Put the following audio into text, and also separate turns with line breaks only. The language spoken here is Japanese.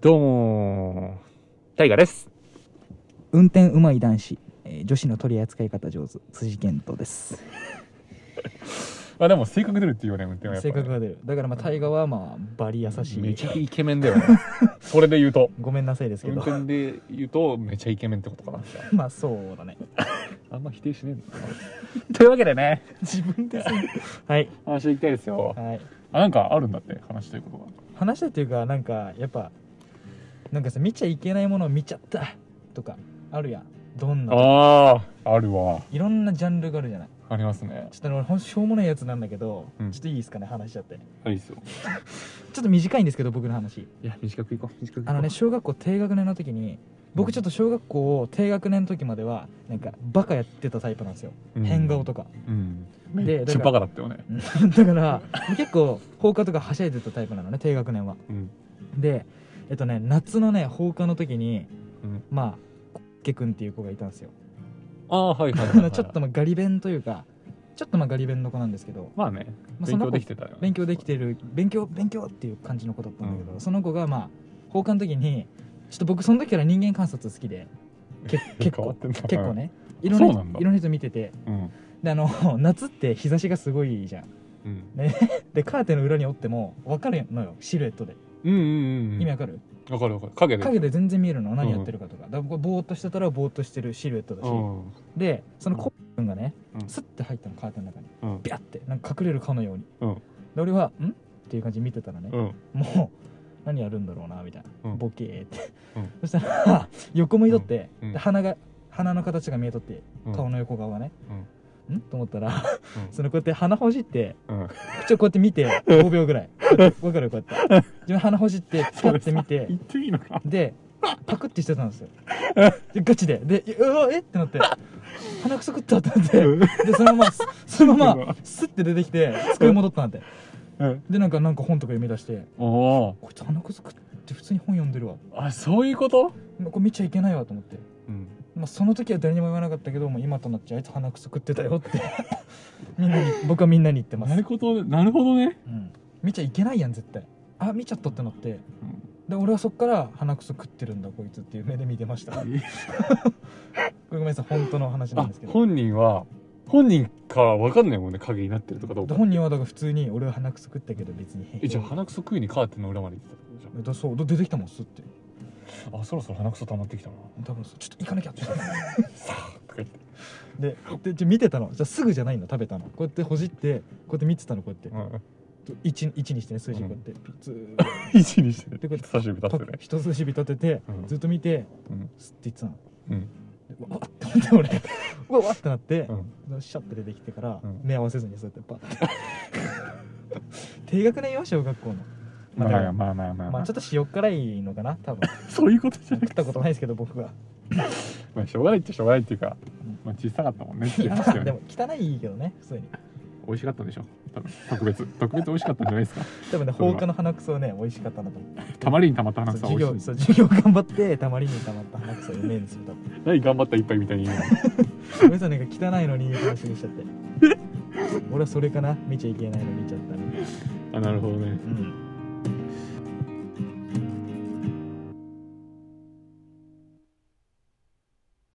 どうもタイガです。
運転うまい男子、えー女子の取り扱い方上手辻健人です
あ、でも性格出るっていうよね、運転はやっぱ
性
ね
格が出るだからまあ大河はまあバリ優し
め
い
ちゃイケメン だよね。それで言うと。
ごめんなさいですけ
運
ど
転で言うと、めちゃイケメンってことかな。じゃ
まあそうだね
ああんま否定しねえのかな。 というわけでね、
自分ですはい
話していきたいですよ。
はい
あ、なんかあるんだって、話したいことが。
話したいっていうかなんかやっぱなんかさ見ちゃいけないものを見ちゃったとかあるやんどんな
ああ、あるわ。
いろんなジャンルがあるじゃない
ありますね
ち。ょっとね俺ほんとしょうもないやつなんだけど、
うん
ちょっといいですかね話しちゃって
あ、いいですよ。
ちょっと短いんですけど僕の話
いや、短くいこう。短くいこう。
あのね、小学校低学年の時に僕ちょっと小学校低学年の時まではなんかバカやってたタイプなんですよ、
うん
変顔とか
うん。
で
めっちゃ
だ
バ
か
カだったよね。
ら だから結構放課とかはしゃいでたタイプなのね低学年は
うん。
でえっとね夏のね放課の時に
うん
まあコッケくんっていう子がいたんですよ
ああ、はいはい
あ
はいは
の
い。
ちょっとまあガリ弁というかちょっとまあガリ弁の子なんですけど
まあね、
ま
勉
あその
強
子
できてたよね。
勉強できてる勉強勉強っていう感じの子だったんだけど、
うん
その子がまあ放課の時にちょっと僕その時から人間観察好きで け結
変わ
構
ってんだ
結構。ねいろんな
そう
人
なんだ
いろんな人見てて
うん。
であの 夏って日差しがすごいじゃん
うん。
でカーテンの裏におっても分かるのよシルエットで
うんうんうん。
意味わかる、
わかるわかる影で
影で全然見えるの何やってるかとか,、だから僕ぼーっとしてたらぼーっとしてるシルエットだし、
うん
でそのコッ君がね、
うん
スッて入ったのカーテンの中に
うん
ビャってなんか隠れるかのように、
うん
で俺は「ん?」っていう感じで見てたらね、
うん
もう何やるんだろうなみたいな、
うん
ボケーって、
うん
そしたら横向いとって、
うんうん
で鼻が鼻の形が見えとって顔の横側がね、んと思ったら そのこうやって鼻ほじって
うんうん
口をこうやって見て5秒ぐらい分かるこうやって自分鼻ほじってパッて見て
言っていいのか
でパクってしてたんですよでガチででうわえってなって鼻くそ食ったってなってでそのまますそのままスッて出てきて机戻ったなんてでなんかなんか本とか読み出して
おお
こいつ鼻くそ食って普通に本読んでるわ
ーあそういうこと
これ見ちゃいけないわと思って、
うん
まあ、その時は誰にも言わなかったけどもう今となっちゃあいつ鼻くそ食ってたよって みんなに僕はみんなに言ってます
なるほどなるほどね
うん、見ちゃいけないやん絶対あ見ちゃったってなってで俺はそっから鼻くそ食ってるんだこいつっていう目で見てましたこれ ごめんなさい本当の話なん
あ
ですけど
本人は本人からわかんないもんね影になってるとかどう
で
か
本人はだから普通に俺は鼻くそ食ったけど別に平気
えじゃあ鼻くそ食いにカーテンの裏まで行ってたってこ
だそうだ出てきたもんすって
とじゃんあそろそろ鼻くそ溜まってきたな
多分そうちょっと行かなきゃって
さあとか言って
ででじゃあ見てたのじゃあすぐじゃないの食べたのこうやってほじってこうやって見てたのこうやって1にしてね数字こうやってずーっと
一にして
でこうやって
差し指立ててね
人差し指立てて
うん
ずっと見て
うん
すって言ってたの
うん
でうわっって思って 俺うわうわってなって
うん
シャッて出てきてから
うん
目合わせずにそうやってバッて 低学年よ小学校のまあ
まあまあまあまあ
まあちょっと塩辛いのかな 多分
そういうことじゃなく
食ってたことないですけど僕は
まあしょうがないってしょうがないっていうか
ん
まあ小さかったもんねって
い
いう
や
話だよ
で
ね
も汚いけどね普通に
美味しかったでしょ多分特別特別美味しかったんじゃないですか
多分ね
それは
放課の鼻くそはね美味しかったなと思う
たまりにたまった
そう
話は
授
美
業
味しい
そ
う
授業頑張ってたまりにたまった鼻くそうめえんですよ多分
何頑張った一杯みたいに言うの
ごめんなさいなんか汚いのに話にし ちゃって俺はそれかな見ちゃいけないの見ちゃったみたいな
あなるほどね
うん